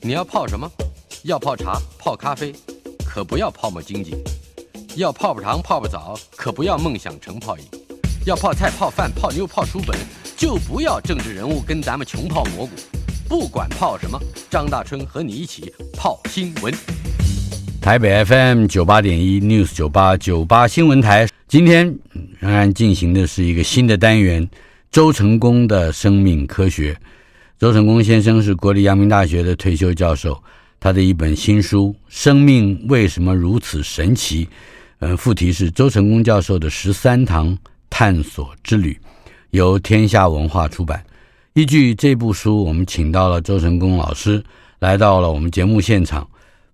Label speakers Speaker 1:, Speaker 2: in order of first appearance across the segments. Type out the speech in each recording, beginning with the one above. Speaker 1: 你要泡什么？要泡茶、泡咖啡，可不要泡沫经济；要泡泡糖、泡泡澡，可不要梦想成泡影；要泡菜、泡饭、泡妞、泡书本，就不要政治人物跟咱们穷泡蘑菇。不管泡什么，张大春和你一起泡新闻。
Speaker 2: 台北 FM 九八点一 News 九八九八新闻台，今天嗯仍然进行的是一个新的单元——周成功的生命科学。周成功先生是国立阳明大学的退休教授，他的一本新书《生命为什么如此神奇》，呃，副题是周成功教授的十三堂探索之旅，由天下文化出版。依据这部书，我们请到了周成功老师来到了我们节目现场，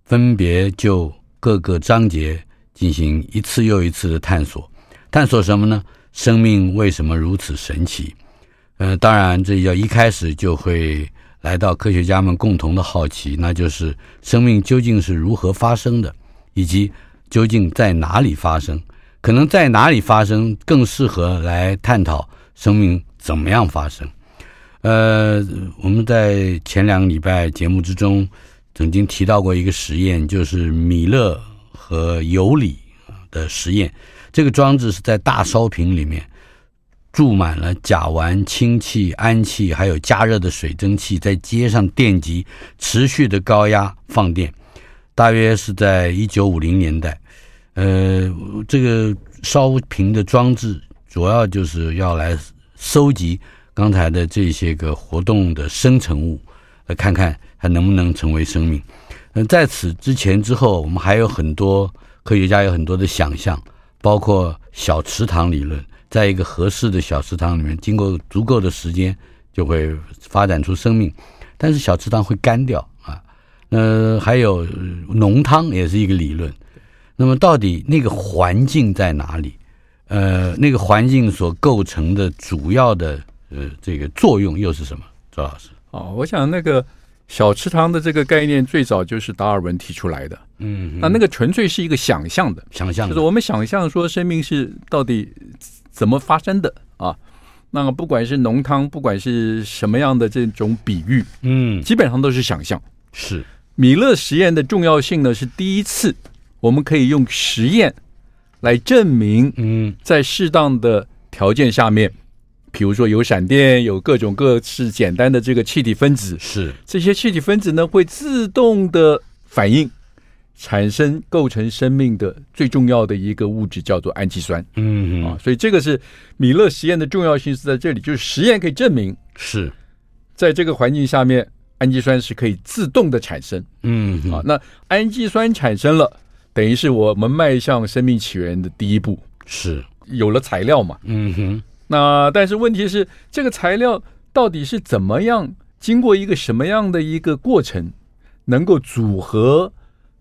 Speaker 2: 分别就各个章节进行一次又一次的探索。探索什么呢？生命为什么如此神奇？呃，当然，这要一开始就会来到科学家们共同的好奇，那就是生命究竟是如何发生的，以及究竟在哪里发生。可能在哪里发生更适合来探讨生命怎么样发生。呃，我们在前两个礼拜节目之中曾经提到过一个实验，就是米勒和尤里的实验。这个装置是在大烧瓶里面注满了甲烷、氢气、氨气，还有加热的水蒸气，在街上电极持续的高压放电，大约是在一九五零年代。呃，这个烧瓶的装置主要就是要来搜集刚才的这些个活动的生成物，来看看它能不能成为生命。嗯，在此之前之后，我们还有很多科学家有很多的想象，包括小池塘理论，在一个合适的小池塘里面，经过足够的时间，就会发展出生命。但是小池塘会干掉啊。呃，还有呃浓汤也是一个理论。那么到底那个环境在哪里？呃，那个环境所构成的主要的呃这个作用又是什么？周老师，
Speaker 3: 哦，我想那个小池塘的这个概念最早就是达尔文提出来的，
Speaker 2: 嗯
Speaker 3: 那那个纯粹是一个想象的，
Speaker 2: 想象
Speaker 3: 就是我们想象说生命是到底怎么发生的啊。那不管是浓汤，不管是什么样的这种比喻，
Speaker 2: 嗯
Speaker 3: 基本上都是想象。
Speaker 2: 是
Speaker 3: 米勒实验的重要性呢，是第一次我们可以用实验来证明
Speaker 2: 嗯
Speaker 3: 在适当的条件下面，比如说有闪电，有各种各式简单的这个气体分子，
Speaker 2: 是
Speaker 3: 这些气体分子呢会自动的反应，产生构成生命的最重要的一个物质叫做氨基酸
Speaker 2: 嗯
Speaker 3: 啊
Speaker 2: 哼，
Speaker 3: 所以这个是米勒实验的重要性是在这里，就是实验可以证明，
Speaker 2: 是
Speaker 3: 在这个环境下面，氨基酸是可以自动的产生
Speaker 2: 嗯
Speaker 3: 啊
Speaker 2: 哼。
Speaker 3: 那氨基酸产生了，等于是我们迈向生命起源的第一步，
Speaker 2: 是
Speaker 3: 有了材料嘛，
Speaker 2: 嗯哼
Speaker 3: 那但是问题是，这个材料到底是怎么样经过一个什么样的一个过程，能够组合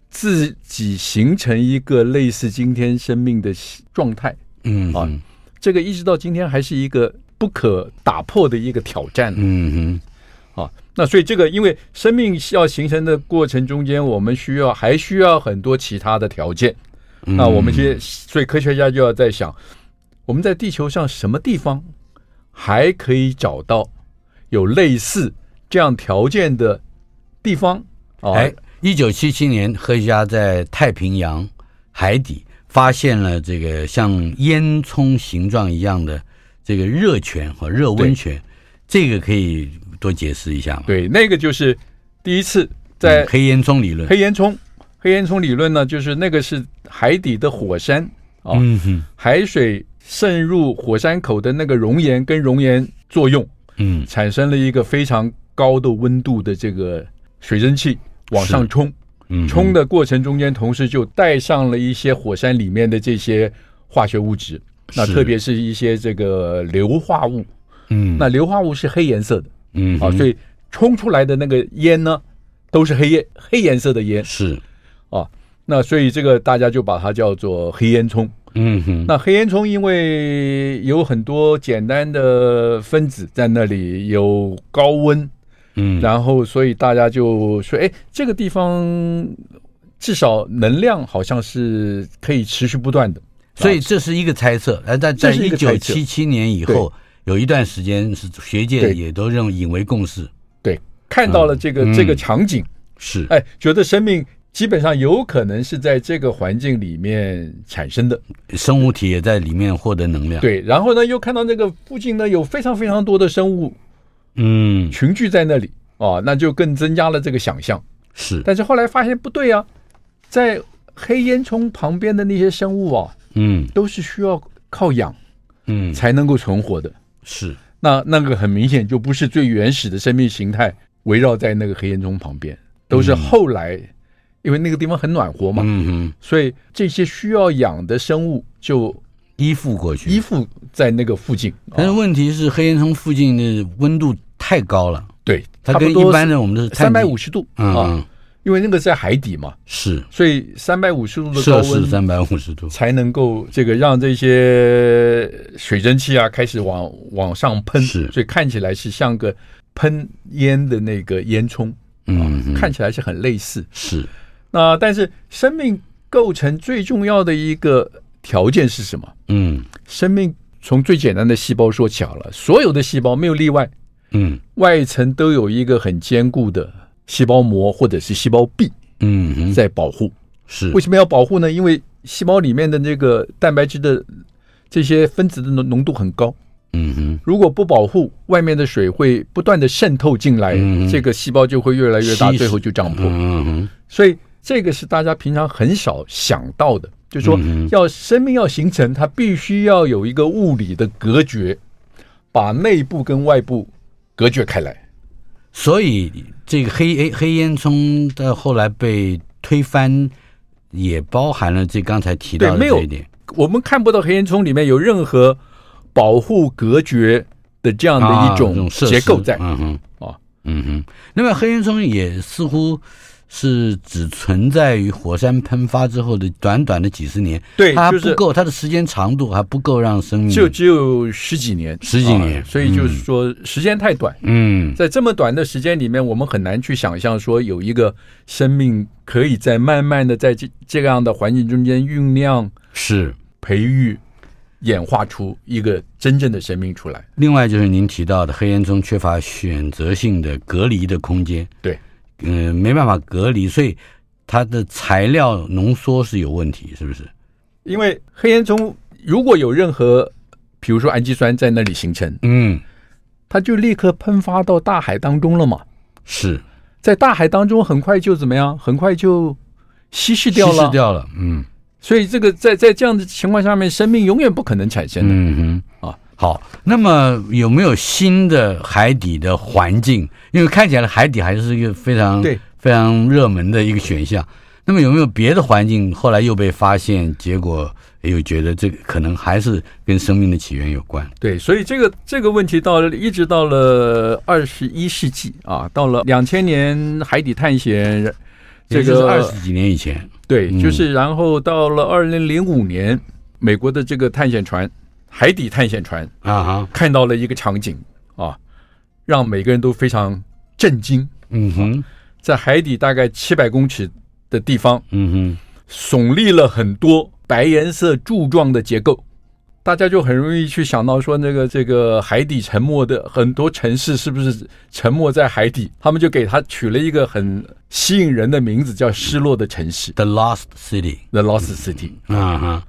Speaker 3: 自己形成一个类似今天生命的状态？
Speaker 2: 嗯
Speaker 3: 啊
Speaker 2: 哼
Speaker 3: 这个一直到今天还是一个不可打破的一个挑战
Speaker 2: 嗯
Speaker 3: 啊。那所以这个，因为生命要形成的过程中间，我们需要还需要很多其他的条件。
Speaker 2: 哼，
Speaker 3: 那我们
Speaker 2: 嗯
Speaker 3: 现在，所以科学家就要在想，我们在地球上什么地方还可以找到有类似这样条件的地方？哦
Speaker 2: 哎，，一九七七年，科学家在太平洋海底发现了这个像烟囱形状一样的这个热泉和热温泉，这个可以多解释一下吗？
Speaker 3: 对，那个就是第一次
Speaker 2: 嗯
Speaker 3: 在
Speaker 2: 黑烟囱理论，
Speaker 3: 黑烟囱，黑烟囱理论呢，就是那个是海底的火山啊，
Speaker 2: 嗯哼，
Speaker 3: 海水渗入火山口的那个熔岩跟熔岩作用，
Speaker 2: 嗯
Speaker 3: 产生了一个非常高的温度的这个水蒸气往上
Speaker 2: 是
Speaker 3: 冲。
Speaker 2: 嗯，
Speaker 3: 冲的过程中间，同时就带上了一些火山里面的这些化学物质，那
Speaker 2: 是
Speaker 3: 特别是一些这个硫化物。
Speaker 2: 嗯，
Speaker 3: 那硫化物是黑颜色的
Speaker 2: 嗯
Speaker 3: 啊，所
Speaker 2: 以
Speaker 3: 以冲出来的那个烟呢，都是黑烟黑颜色的烟
Speaker 2: 嗯是，
Speaker 3: 啊。那所以这个大家就把它叫做黑烟囱。
Speaker 2: 嗯哼，
Speaker 3: 那黑烟囱因为有很多简单的分子在那里，有高温，
Speaker 2: 嗯
Speaker 3: 然后所以大家就说，哎，这个地方至少能量好像是可以持续不断的。
Speaker 2: 所以这是一个猜测，但在在
Speaker 3: 这是
Speaker 2: 一
Speaker 3: 一个
Speaker 2: 九
Speaker 3: 猜测
Speaker 2: 七七年以后，有一段时间是学界
Speaker 3: 对
Speaker 2: 也都认为引为共识，
Speaker 3: 对，看到了这个、
Speaker 2: 嗯
Speaker 3: 这个场景，
Speaker 2: 是
Speaker 3: 哎，觉得生命基本上有可能是在这个环境里面产生的。
Speaker 2: 嗯生物体也在里面获得能量，，
Speaker 3: 对，然后呢，又看到那个附近呢有非常非常多的生物
Speaker 2: 嗯，
Speaker 3: 群聚在那里啊，那就更增加了这个想象。
Speaker 2: 是，
Speaker 3: 但是后来发现不对啊，在黑烟囱旁边的那些生物啊，
Speaker 2: 嗯
Speaker 3: 都是需要靠氧
Speaker 2: 嗯，
Speaker 3: 才能够存活的。
Speaker 2: 是，
Speaker 3: 那那个很明显就不是最原始的生命形态围绕在那个黑烟囱旁边，都是后来，因为那个地方很暖和嘛，
Speaker 2: 嗯哼，
Speaker 3: 所以这些需要氧的生物就
Speaker 2: 依附过去，
Speaker 3: 依附在那个附近。
Speaker 2: 但是
Speaker 3: 啊、
Speaker 2: 问题是，黑烟囱附近的温度太高了，
Speaker 3: 对，
Speaker 2: 它
Speaker 3: 差
Speaker 2: 跟
Speaker 3: 不
Speaker 2: 一
Speaker 3: 多
Speaker 2: 般的我们的
Speaker 3: 三百五
Speaker 2: 十
Speaker 3: 十度啊，
Speaker 2: 嗯，
Speaker 3: 因为那个在海底嘛，
Speaker 2: 是
Speaker 3: 所以三百五十度的高
Speaker 2: 摄氏
Speaker 3: 温
Speaker 2: 三百五十度，
Speaker 3: 才能够这个让这些水蒸气啊开始往往上喷，
Speaker 2: 是
Speaker 3: 所以看起来是像个喷烟的那个烟囱，
Speaker 2: 嗯哼，
Speaker 3: 啊看起来是很类似。
Speaker 2: 是
Speaker 3: 那但是生命构成最重要的一个条件是什么？
Speaker 2: 嗯
Speaker 3: 生命从最简单的细胞说起好了，所有的细胞没有例外，
Speaker 2: 嗯
Speaker 3: 外层都有一个很坚固的细胞膜或者是细胞壁
Speaker 2: 嗯哼，
Speaker 3: 在保护。
Speaker 2: 是
Speaker 3: 为什么要保护呢？因为细胞里面的这个蛋白质的这些分子的浓浓度很高，
Speaker 2: 嗯哼
Speaker 3: 如果不保护，外面的水会不断的渗透进来，
Speaker 2: 嗯
Speaker 3: 这个细胞就会越来越大，
Speaker 2: 稀释
Speaker 3: 最后就胀破。
Speaker 2: 嗯哼
Speaker 3: 所以这个是大家平常很少想到的，就是说
Speaker 2: 嗯哼
Speaker 3: 要生命要形成，它必须要有一个物理的隔绝，把内部跟外部隔绝开来。
Speaker 2: 所以这个黑黑黑烟囱的后来被推翻，也包含了这刚才提到的
Speaker 3: 对没有
Speaker 2: 这一点
Speaker 3: 我们看不到黑烟囱里面有任何保护隔绝的这样的一
Speaker 2: 啊这
Speaker 3: 种
Speaker 2: 设施
Speaker 3: 结构在。
Speaker 2: 嗯哼
Speaker 3: 啊
Speaker 2: 嗯哼。那么黑烟囱也似乎是只存在于火山喷发之后的短短的几十年，
Speaker 3: 对
Speaker 2: 它还
Speaker 3: 就是
Speaker 2: 不够，它的时间长度还不够让生命
Speaker 3: 就只有十几年，
Speaker 2: 嗯十几年
Speaker 3: 啊所以就是说时间太短，
Speaker 2: 嗯
Speaker 3: 在这么短的时间里面，我们很难去想象说有一个生命可以在慢慢的在这这样的环境中间酝酿、
Speaker 2: 是。
Speaker 3: 培育、演化出一个真正的生命出来。
Speaker 2: 另外就是您提到的黑烟囱缺乏选择性的隔离的空间，
Speaker 3: 对，
Speaker 2: 嗯、没办法隔离，所以它的材料浓缩是有问题，是不是？
Speaker 3: 因为黑烟囱如果有任何，比如说氨基酸在那里形成，
Speaker 2: 嗯，
Speaker 3: 它就立刻喷发到大海当中了嘛，
Speaker 2: 是
Speaker 3: 在大海当中很快就怎么样，很快就稀释掉
Speaker 2: 稀释
Speaker 3: 了。
Speaker 2: 掉了，嗯
Speaker 3: 所以这个在在这样的情况下面，生命永远不可能产生的。
Speaker 2: 嗯哼
Speaker 3: 啊，
Speaker 2: 好，那么有没有新的海底的环境？因为看起来海底还是一个非常
Speaker 3: 对
Speaker 2: 非常热门的一个选项。那么有没有别的环境后来又被发现，结果又觉得这个可能还是跟生命的起源有关？
Speaker 3: 对，所以这个这个问题到了一直到了二十一世纪啊，到了两千年海底探险，这
Speaker 2: 也就是
Speaker 3: 个
Speaker 2: 二十几年以前，
Speaker 3: 对，
Speaker 2: 嗯
Speaker 3: 就是然后到了二零零五年，美国的这个探险船海底探险船
Speaker 2: 啊哈，
Speaker 3: 看到了一个场景啊，让每个人都非常震惊，
Speaker 2: 嗯哼，
Speaker 3: 在海底大概七百公尺的地方，
Speaker 2: 嗯
Speaker 3: 耸立了很多白颜色柱状的结构，大家就很容易去想到说，那个这个海底沉没的很多城市是不是沉没在海底？他们就给它取了一个很吸引人的名字，叫“失落的城市
Speaker 2: 哼，The Lost City，
Speaker 3: ”（The Lost City）。
Speaker 2: 啊哈，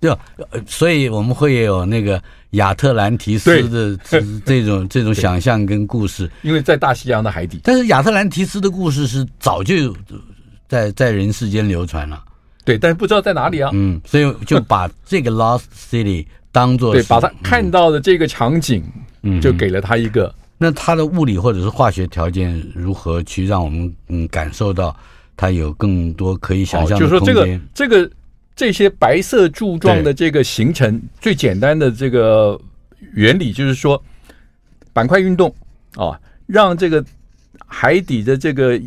Speaker 2: 就呃所以我们会有那个亚特兰提斯的这这种这种想象跟故事，
Speaker 3: 因为在大西洋的海底，
Speaker 2: 但是亚特兰提斯的故事是早就有在在人世间流传了，
Speaker 3: 对，但是不知道在哪里啊。
Speaker 2: 嗯，所以就把这个 Lost City 嗯当做
Speaker 3: 对，把它看到的这个场景，就给了他一个
Speaker 2: 那它的物理或者是化学条件如何去让我们嗯感受到它有更多可以想
Speaker 3: 哦，
Speaker 2: 象
Speaker 3: 就是
Speaker 2: 的
Speaker 3: 说
Speaker 2: 空
Speaker 3: 这个
Speaker 2: 间？
Speaker 3: 这个这些白色柱状的这个形成，最简单的这个原理就是说，板块运动啊，让这个海底的这个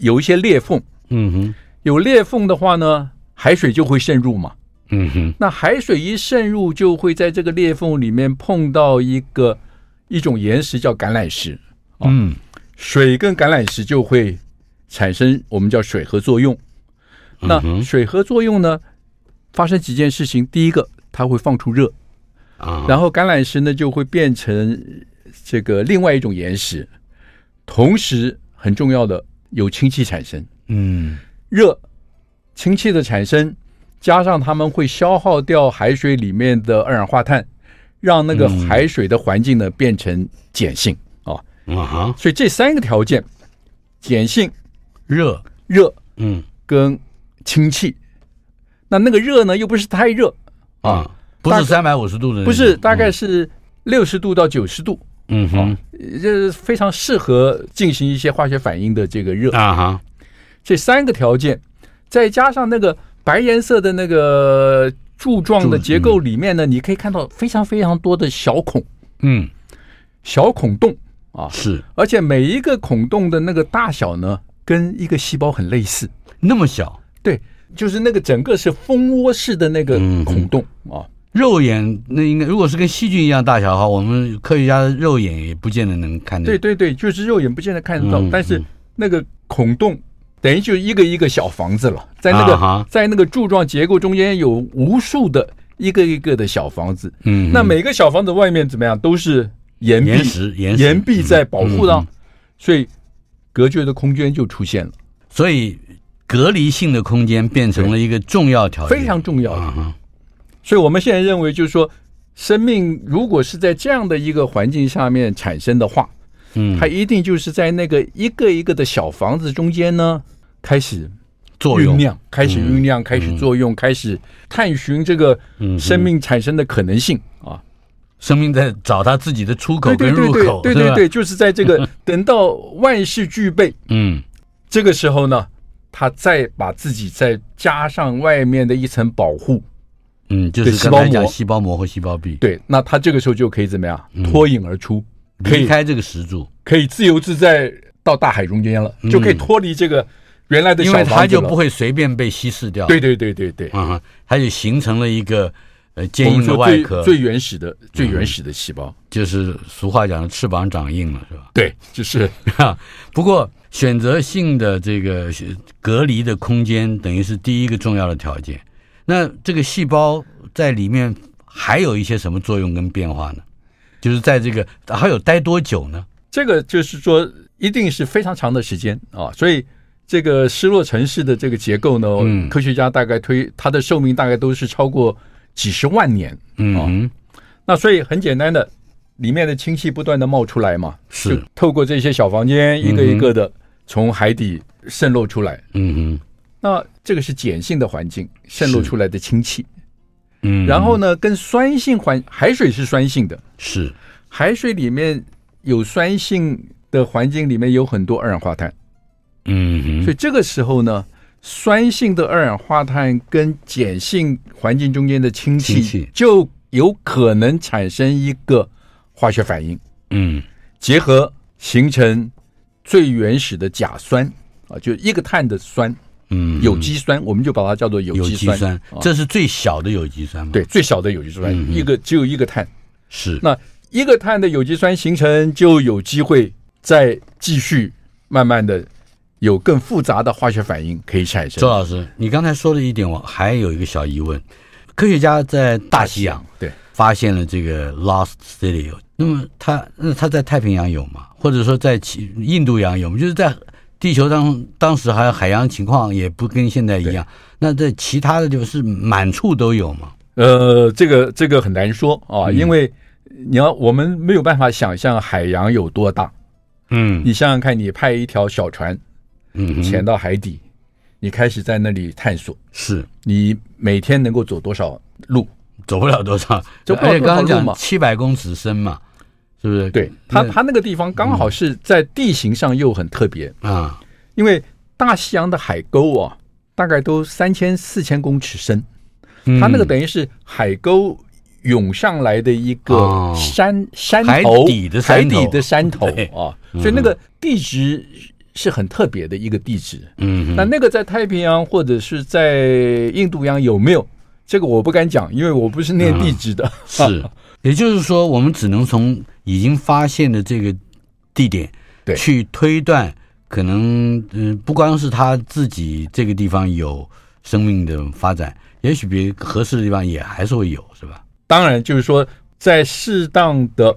Speaker 3: 有一些裂缝，
Speaker 2: 嗯哼，
Speaker 3: 有裂缝的话呢，海水就会渗入嘛。
Speaker 2: 嗯哼，
Speaker 3: 那海水一渗入，就会在这个裂缝里面碰到一个一种岩石，叫橄榄石。
Speaker 2: 嗯
Speaker 3: 水跟橄榄石就会产生我们叫水合作用。那水合作用呢，发生几件事情。第一个，它会放出热，
Speaker 2: 啊，
Speaker 3: 然后橄榄石呢就会变成这个另外一种岩石。同时，很重要的有氢气产生，
Speaker 2: 嗯
Speaker 3: 热、氢气的产生，加上它们会消耗掉海水里面的二氧化碳，让那个海水的环境呢变成碱性啊。
Speaker 2: 啊哈，
Speaker 3: 所以这三个条件：碱性、
Speaker 2: 热，
Speaker 3: 热
Speaker 2: 嗯
Speaker 3: 跟氢气。那那个热呢，又不是太热，
Speaker 2: 啊，不
Speaker 3: 大
Speaker 2: 是
Speaker 3: 概
Speaker 2: 三百五十度的那种，
Speaker 3: 不是大概是六十度到九十度，
Speaker 2: 嗯哼
Speaker 3: 呃这是非常适合进行一些化学反应的这个热。
Speaker 2: 啊哈，
Speaker 3: 这三个条件，再加上那个白颜色的那个柱状的
Speaker 2: 柱
Speaker 3: 结构里面呢，你可以看到非常非常多的小孔、
Speaker 2: 嗯
Speaker 3: 小孔洞啊，
Speaker 2: 是
Speaker 3: 而且每一个孔洞的那个大小呢，跟一个细胞很类似。
Speaker 2: 那么小，
Speaker 3: 对，就是那个整个是蜂窝式的那个
Speaker 2: 嗯
Speaker 3: 孔洞啊。
Speaker 2: 肉眼那应该如果是跟细菌一样大小的话，我们科学家的肉眼也不见得能看
Speaker 3: 对
Speaker 2: 得
Speaker 3: 对对，就是肉眼不见得看得到，
Speaker 2: 嗯
Speaker 3: 但是那个孔洞等于就一个一个小房子了，在那个、
Speaker 2: 啊哈
Speaker 3: 在那个柱状结构中间有无数的一个一个的小房子，
Speaker 2: 嗯，
Speaker 3: 那每个小房子外面怎么样都是岩壁
Speaker 2: 岩石岩石
Speaker 3: 岩壁在保护的，
Speaker 2: 嗯嗯
Speaker 3: 所以隔绝的空间就出现了，
Speaker 2: 所以隔离性的空间变成了一个重要条件，
Speaker 3: 非常重要的。
Speaker 2: 啊哈，
Speaker 3: 所以我们现在认为，就是说，生命如果是在这样的一个环境下面产生的话，
Speaker 2: 嗯，
Speaker 3: 它一定就是在那个一个一个的小房子中间呢，开始
Speaker 2: 作
Speaker 3: 酝
Speaker 2: 用嗯
Speaker 3: 酿，开始酝酿，开始作用，开始探寻这个
Speaker 2: 嗯哼
Speaker 3: 生命产生的可能性啊！
Speaker 2: 生命在找它自己的出口
Speaker 3: 对
Speaker 2: 跟
Speaker 3: 对
Speaker 2: 入
Speaker 3: 对对
Speaker 2: 口，
Speaker 3: 对
Speaker 2: 是
Speaker 3: 对
Speaker 2: 吧
Speaker 3: 对，就是在这 个等到万事俱备
Speaker 2: 嗯
Speaker 3: 这个时候呢，他再把自己再加上外面的一层保护，
Speaker 2: 嗯，就是
Speaker 3: 对细
Speaker 2: 刚才
Speaker 3: 胞
Speaker 2: 讲
Speaker 3: 膜
Speaker 2: 细胞膜或细胞壁，
Speaker 3: 对，那他这个时候就可以怎么样脱颖而出，可
Speaker 2: 嗯离
Speaker 3: 以
Speaker 2: 开这个石柱，
Speaker 3: 可以自由自在到大海中间了，就可以脱离这个原来
Speaker 2: 嗯
Speaker 3: 的
Speaker 2: 因
Speaker 3: 小
Speaker 2: 为
Speaker 3: 房子了
Speaker 2: 它就不会随便被稀释掉，
Speaker 3: 对对对对对，
Speaker 2: 啊哈，它就形成了一个呃坚
Speaker 3: 我
Speaker 2: 硬
Speaker 3: 们
Speaker 2: 的
Speaker 3: 说
Speaker 2: 外壳嗯
Speaker 3: 最，最原始的最原始的细胞，
Speaker 2: 就是俗话讲的翅膀长硬了，是吧？
Speaker 3: 对，就是
Speaker 2: 不过，选择性的这个隔离的空间，等于是第一个重要的条件。那这个细胞在里面还有一些什么作用跟变化呢？就是在这个还有待多久呢？
Speaker 3: 这个就是说，一定是非常长的时间啊，所以这个失落城市的这个结构呢，
Speaker 2: 嗯
Speaker 3: 科学家大概推它的寿命大概都是超过几十万年。
Speaker 2: 嗯哼，
Speaker 3: 那所以很简单的，里面的氢气不断的冒出来嘛，
Speaker 2: 是
Speaker 3: 就透过这些小房间一个一个的从海底渗漏出来。
Speaker 2: 嗯哼，
Speaker 3: 那这个是碱性的环境渗漏出来的氢气，
Speaker 2: 嗯，
Speaker 3: 然后呢，跟酸性环海水是酸性的，
Speaker 2: 是
Speaker 3: 海水里面有酸性的环境里面有很多二氧化碳。
Speaker 2: 嗯
Speaker 3: 所
Speaker 2: 哼，
Speaker 3: 以这个时候呢，酸性的二氧化碳跟碱性环境中间的氢
Speaker 2: 氢
Speaker 3: 气
Speaker 2: 气
Speaker 3: 就有可能产生一个化学反应，
Speaker 2: 嗯
Speaker 3: 结合形成最原始的甲酸啊，就一个碳的酸，
Speaker 2: 嗯，
Speaker 3: 有机酸，我们就把它叫做有
Speaker 2: 有
Speaker 3: 机
Speaker 2: 机
Speaker 3: 酸。
Speaker 2: 酸，
Speaker 3: 哦
Speaker 2: 这是最小的有机酸嘛？
Speaker 3: 对，，最小的有机酸，
Speaker 2: 嗯
Speaker 3: 一个只有一个碳。
Speaker 2: 是
Speaker 3: 那一个碳的有机酸形成，就有机会再继续慢慢的有更复杂的化学反应可以产生
Speaker 2: 周。老师，你刚才说的一点，我还有一个小疑问。科学家在大西洋
Speaker 3: 对。
Speaker 2: 发现了这个 Lost City 有，那么它那它在太平洋有吗？或者说在其印度洋有吗？就是在地球当当时还有海洋情况也不跟现在一样，那在其他的地方是满处都有吗？
Speaker 3: 呃，这个这个很难说啊，
Speaker 2: 嗯
Speaker 3: 因为你要我们没有办法想象海洋有多大。
Speaker 2: 嗯
Speaker 3: 你想想看，你派一条小船
Speaker 2: 嗯
Speaker 3: 潜
Speaker 2: 哼，
Speaker 3: 到海底，你开始在那里探索，
Speaker 2: 是
Speaker 3: 你每天能够走多少路？
Speaker 2: 走不了多少，
Speaker 3: 走不了
Speaker 2: 而且刚刚
Speaker 3: 多少路嘛
Speaker 2: 讲七百公尺深嘛，是不是？
Speaker 3: 对，它
Speaker 2: 那嗯
Speaker 3: 它那个地方刚好是在地形上又很特别，
Speaker 2: 啊，
Speaker 3: 因为大西洋的海沟啊，大概都三千四千公尺深，它那个
Speaker 2: 嗯
Speaker 3: 等于是海沟涌上来的一
Speaker 2: 哦
Speaker 3: 个山、山头
Speaker 2: 海底的
Speaker 3: 海
Speaker 2: 山头
Speaker 3: 底的山头
Speaker 2: 对嗯
Speaker 3: 啊，所以那个地质是很特别的一个地质。
Speaker 2: 嗯
Speaker 3: 那
Speaker 2: 哼，
Speaker 3: 那个在太平洋或者是在印度洋有没有？这个我不敢讲，因为我不是念地质的。
Speaker 2: 嗯是，也就是说，我们只能从已经发现的这个地点，
Speaker 3: 对
Speaker 2: 去推断，可能嗯、不光是他自己这个地方有生命的发展，也许别合适的地方也还是会有，是吧？
Speaker 3: 当然，就是说在适当的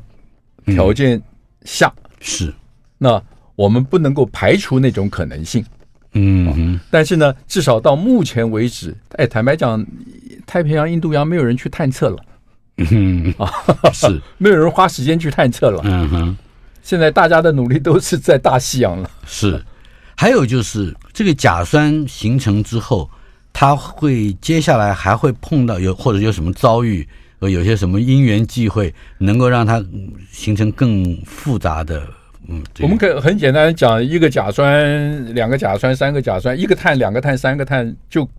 Speaker 3: 条件下，
Speaker 2: 嗯是，
Speaker 3: 那我们不能够排除那种可能性。
Speaker 2: 嗯哼，
Speaker 3: 但是呢，至少到目前为止，哎，坦白讲，太平洋、印度洋没有人去探测了，
Speaker 2: 嗯哼， 是，
Speaker 3: 没有人花时间去探测了。
Speaker 2: 嗯哼。
Speaker 3: 现在大家的努力都是在大西洋了。
Speaker 2: 是，还有就是这个甲酸形成之后，它会接下来还会碰到有或者有什么遭遇，呃，有些什么因缘际会，能够让它嗯形成更复杂的，嗯，这个
Speaker 3: 我们可很简单地讲，一个甲酸、两个甲酸、三个甲酸，一个碳、两个碳、三个碳，就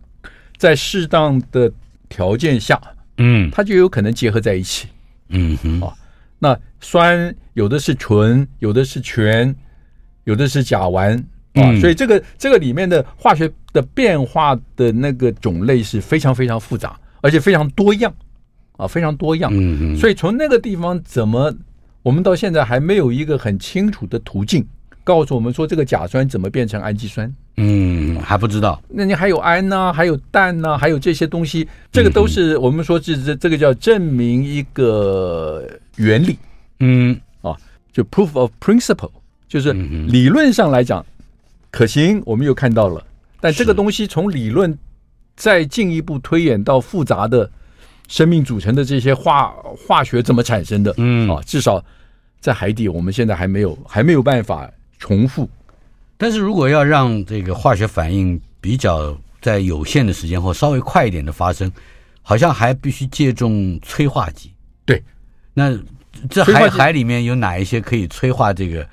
Speaker 3: 在适当的条件下，
Speaker 2: 嗯
Speaker 3: 它就有可能结合在一起。
Speaker 2: 嗯哼，
Speaker 3: 那酸有的是醇，有的是醛，有的是甲烷啊，
Speaker 2: 嗯
Speaker 3: 所以这个这个里面的化学的变化的那个种类是非常非常复杂，而且非常多样啊，非常多样。
Speaker 2: 嗯哼，
Speaker 3: 所以从那个地方怎么，我们到现在还没有一个很清楚的途径告诉我们说这个甲酸怎么变成氨基酸。
Speaker 2: 嗯还不知道，
Speaker 3: 那你还有氨呐、还有氮呐、还有这些东西，这个都是我们说这这这个叫证明一个原理。
Speaker 2: 嗯
Speaker 3: 就 proof of principle，就是理论上来讲可行，我们又看到了。但这个
Speaker 2: 是
Speaker 3: 东西从理论再进一步推演到复杂的生命组成的这些化化学怎么产生的，
Speaker 2: 嗯
Speaker 3: 啊，至少在海底我们现在还没有还没有办法重复。
Speaker 2: 但是如果要让这个化学反应比较在有限的时间或稍微快一点的发生，好像还必须借重催化剂。
Speaker 3: 对，
Speaker 2: 那这
Speaker 3: 催
Speaker 2: 海
Speaker 3: 化剂
Speaker 2: 海里面有哪一些可以催化这个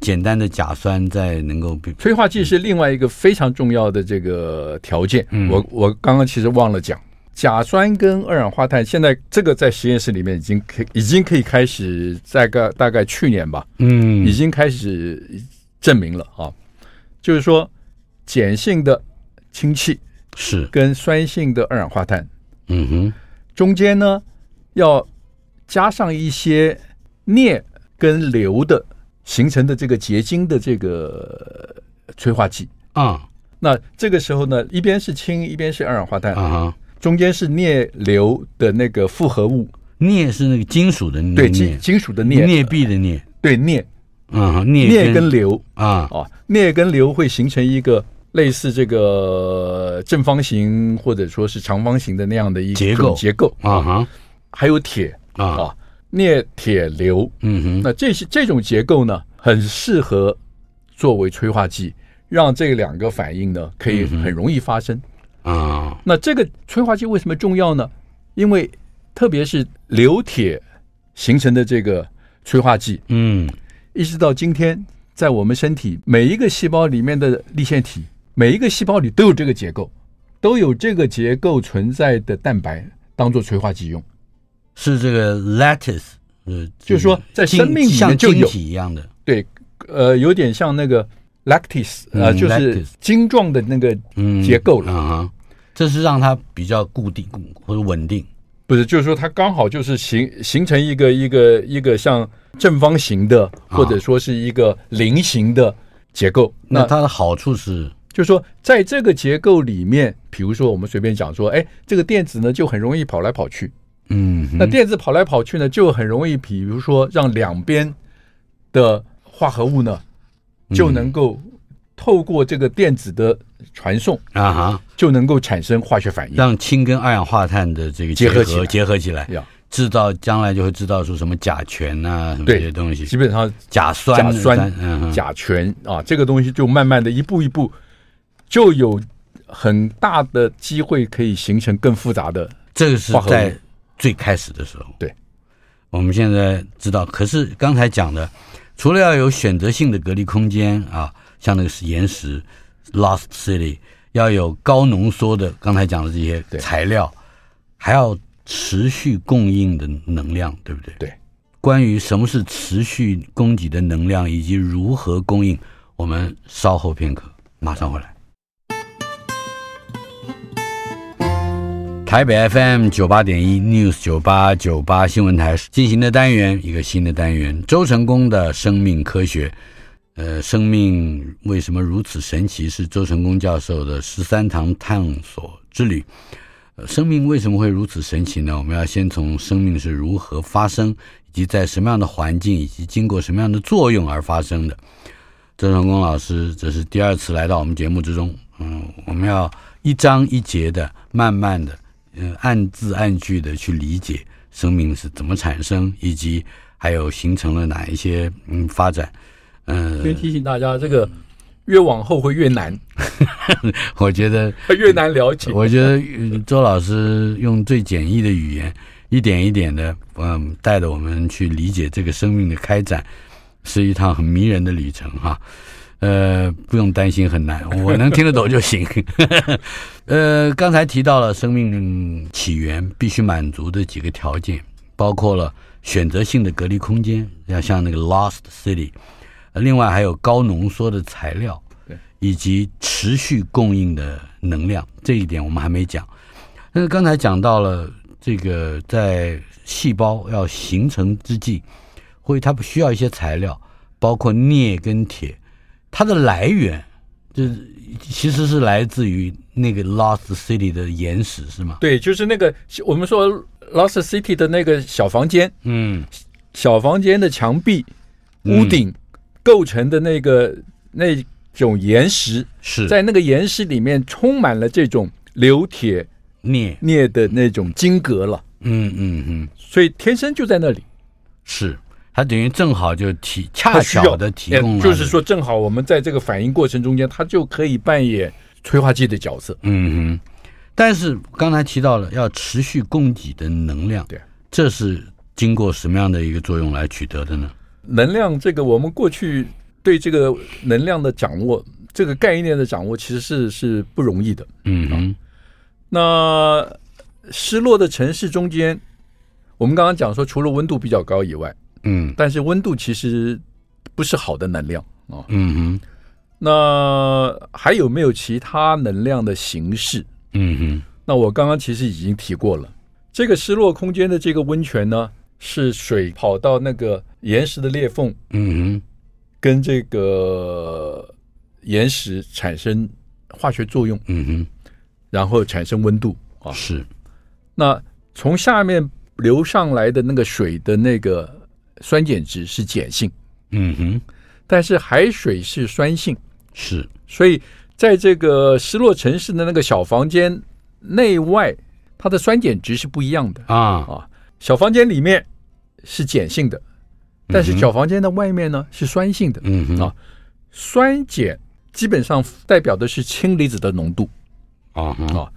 Speaker 2: 简单的甲酸在能够被？
Speaker 3: 催化剂是另外一个非常重要的这个条件。
Speaker 2: 嗯
Speaker 3: 我我刚刚其实忘了讲，甲酸跟二氧化碳，现在这个在实验室里面已经可以已经可以开始，大概大概去年吧，
Speaker 2: 嗯
Speaker 3: 已经开始证明了啊，就是说碱性的氢气
Speaker 2: 是
Speaker 3: 跟酸性的二氧化碳
Speaker 2: 嗯哼
Speaker 3: 中间呢，要加上一些镍跟硫的形成的这个结晶的这个呃催化剂。
Speaker 2: 啊
Speaker 3: 那这个时候呢，一边是氢，一边是二氧化碳，
Speaker 2: 啊哈，
Speaker 3: 中间是镍硫的那个复合物，
Speaker 2: 镍是那个金属嗯的镍，
Speaker 3: 对金金属的镍，
Speaker 2: 镍币的镍，
Speaker 3: 对镍
Speaker 2: 嗯哼，
Speaker 3: 镍跟硫
Speaker 2: 啊
Speaker 3: 啊，镍跟硫会形成一个类似这个正方形或者说是长方形的那样的一
Speaker 2: 结构
Speaker 3: 种结构，
Speaker 2: 啊哈
Speaker 3: 还有铁
Speaker 2: 啊
Speaker 3: 啊，镍铁硫，
Speaker 2: 嗯哼
Speaker 3: 那这些这种结构呢，很适合作为催化剂，让这两个反应呢可
Speaker 2: 嗯
Speaker 3: 以很容易发生。
Speaker 2: 啊
Speaker 3: 那这个催化剂为什么重要呢？因为特别是硫铁形成的这个催化剂，
Speaker 2: 嗯
Speaker 3: 一直到今天，在我们身体每一个细胞里面的粒线体，每一个细胞里都有这个结构，都有这个结构存在的蛋白当做催化剂用。
Speaker 2: 是这个 lattice，呃，
Speaker 3: 就是说在生命里面
Speaker 2: 像
Speaker 3: 就
Speaker 2: 晶
Speaker 3: 有
Speaker 2: 体一样的，
Speaker 3: 对，呃，有点像那个 lactis，呃，
Speaker 2: 嗯
Speaker 3: 就是
Speaker 2: ，lactis
Speaker 3: 晶状的那个
Speaker 2: 嗯，
Speaker 3: 结构了
Speaker 2: 啊哈，这是让它比较固定固或者稳定，
Speaker 3: 不是，就是说它刚好就是形形成一个一个一个像正方形的，
Speaker 2: 啊
Speaker 3: 或者说是一个菱形的结构。
Speaker 2: 那
Speaker 3: 那
Speaker 2: 它的好处是，
Speaker 3: 就是说，在这个结构里面，比如说我们随便讲说，哎，这个电子呢就很容易跑来跑去。
Speaker 2: 嗯哼，
Speaker 3: 那电子跑来跑去呢，就很容易，比如说让两边的化合物呢就能够透过这个电子的传送，
Speaker 2: 啊哈，
Speaker 3: 就能够产生化学反应。
Speaker 2: 让氢跟二氧化碳的这个
Speaker 3: 结
Speaker 2: 合
Speaker 3: 合起来
Speaker 2: 结合起来，
Speaker 3: 呀，
Speaker 2: 制造将来就会制造出什么甲醛啊，什么
Speaker 3: 对
Speaker 2: 这些东
Speaker 3: 基
Speaker 2: 西，
Speaker 3: 本上
Speaker 2: 甲酸、
Speaker 3: 甲酸
Speaker 2: 嗯哼，
Speaker 3: 甲醛啊，这个东西就慢慢的一步一步就有很大的机会可以形成更复杂的。
Speaker 2: 这个是
Speaker 3: 化合物
Speaker 2: 在最开始的时候。
Speaker 3: 对，
Speaker 2: 我们现在知道，可是刚才讲的，除了要有选择性的隔离空间啊，像那个是岩石 （Lost City），要有高浓缩的，刚才讲的这些
Speaker 3: 对
Speaker 2: 材料，还要持续供应的能量，对不对？
Speaker 3: 对。
Speaker 2: 关于什么是持续供给的能量，以及如何供应，我们稍后片刻马上回来。台北 FM 九八点一 News 九八九八新闻台进行的单元，一个新的单元，周成功的生命科学。呃，生命为什么如此神奇？是周成功教授的十三堂探索之旅。呃生命为什么会如此神奇呢？我们要先从生命是如何发生，以及在什么样的环境，以及经过什么样的作用而发生的。周成功老师，这是第二次来到我们节目之中。嗯，我们要一章一节的，慢慢的，嗯，按字按句的去理解生命是怎么产生，以及还有形成了哪一些嗯发展。嗯、
Speaker 3: 先提醒大家，这个越往后会越 难，
Speaker 2: 我觉得
Speaker 3: 越难了解。
Speaker 2: 我觉得嗯周老师用最简易的语言，一点一点的，嗯，带着我们去理解这个生命的开展，是一趟很迷人的旅程哈。呃，不用担心很难，我能听得懂就行。 呃，刚才提到了生命起源必须满足的几个条件，包括了选择性的隔离空间，要像那个 Lost City，呃另外还有高浓缩的材料
Speaker 3: 对，
Speaker 2: 以及持续供应的能量，这一点我们还没讲。那刚才讲到了这个，在细胞要形成之际，会它不需要一些材料，包括镍跟铁，它的来源就是其实是来自于那个 Lost City 的岩石，是吗？
Speaker 3: 对，就是那个我们说 Lost City 的那个小房间，
Speaker 2: 嗯，
Speaker 3: 小房间的墙壁、
Speaker 2: 嗯
Speaker 3: 屋顶构成的那个那种岩石，
Speaker 2: 是
Speaker 3: 在那个岩石里面充满了这种流铁
Speaker 2: 镍，
Speaker 3: 镍的那种晶格了，
Speaker 2: 嗯嗯嗯，
Speaker 3: 所以天生就在那里。
Speaker 2: 是，它等于正好就提
Speaker 3: 它
Speaker 2: 恰
Speaker 3: 需要
Speaker 2: 巧的提供
Speaker 3: 也
Speaker 2: 了，
Speaker 3: 就是说，正好我们在这个反应过程中间，它就可以扮演催化剂的角色。
Speaker 2: 嗯哼，但是刚才提到了要持续供给的能量，
Speaker 3: 对，
Speaker 2: 这是经过什么样的一个作用来取得的呢？
Speaker 3: 能量这个，我们过去对这个能量的掌握，这个概念的掌握，其实是是不容易的。
Speaker 2: 嗯哼，
Speaker 3: 那失落的城市中间，我们刚刚讲说，除了温度比较高以外，
Speaker 2: 嗯
Speaker 3: 但是温度其实不是好的能量啊、
Speaker 2: 嗯哼，
Speaker 3: 那还有没有其他能量的形式？
Speaker 2: 嗯哼，
Speaker 3: 那我刚刚其实已经提过了，这个失落空间的这个温泉呢，是水跑到那个岩石的裂缝
Speaker 2: 嗯哼，
Speaker 3: 跟这个岩石产生化学作用，啊
Speaker 2: 嗯
Speaker 3: 然后产生温度啊
Speaker 2: 哼，。是，
Speaker 3: 那从下面流上来的那个水的那个酸碱值是碱性，
Speaker 2: 嗯哼，
Speaker 3: 但是海水是酸性，
Speaker 2: 是，
Speaker 3: 所以在这个失落城市的那个小房间内外，它的酸碱值是不一样的。
Speaker 2: 啊，
Speaker 3: 啊，小房间里面是碱性的，但是小房间的外面呢是酸性的。
Speaker 2: 嗯哼，
Speaker 3: 啊酸碱基本上代表的是氢离子的浓度，
Speaker 2: 啊哈，
Speaker 3: 啊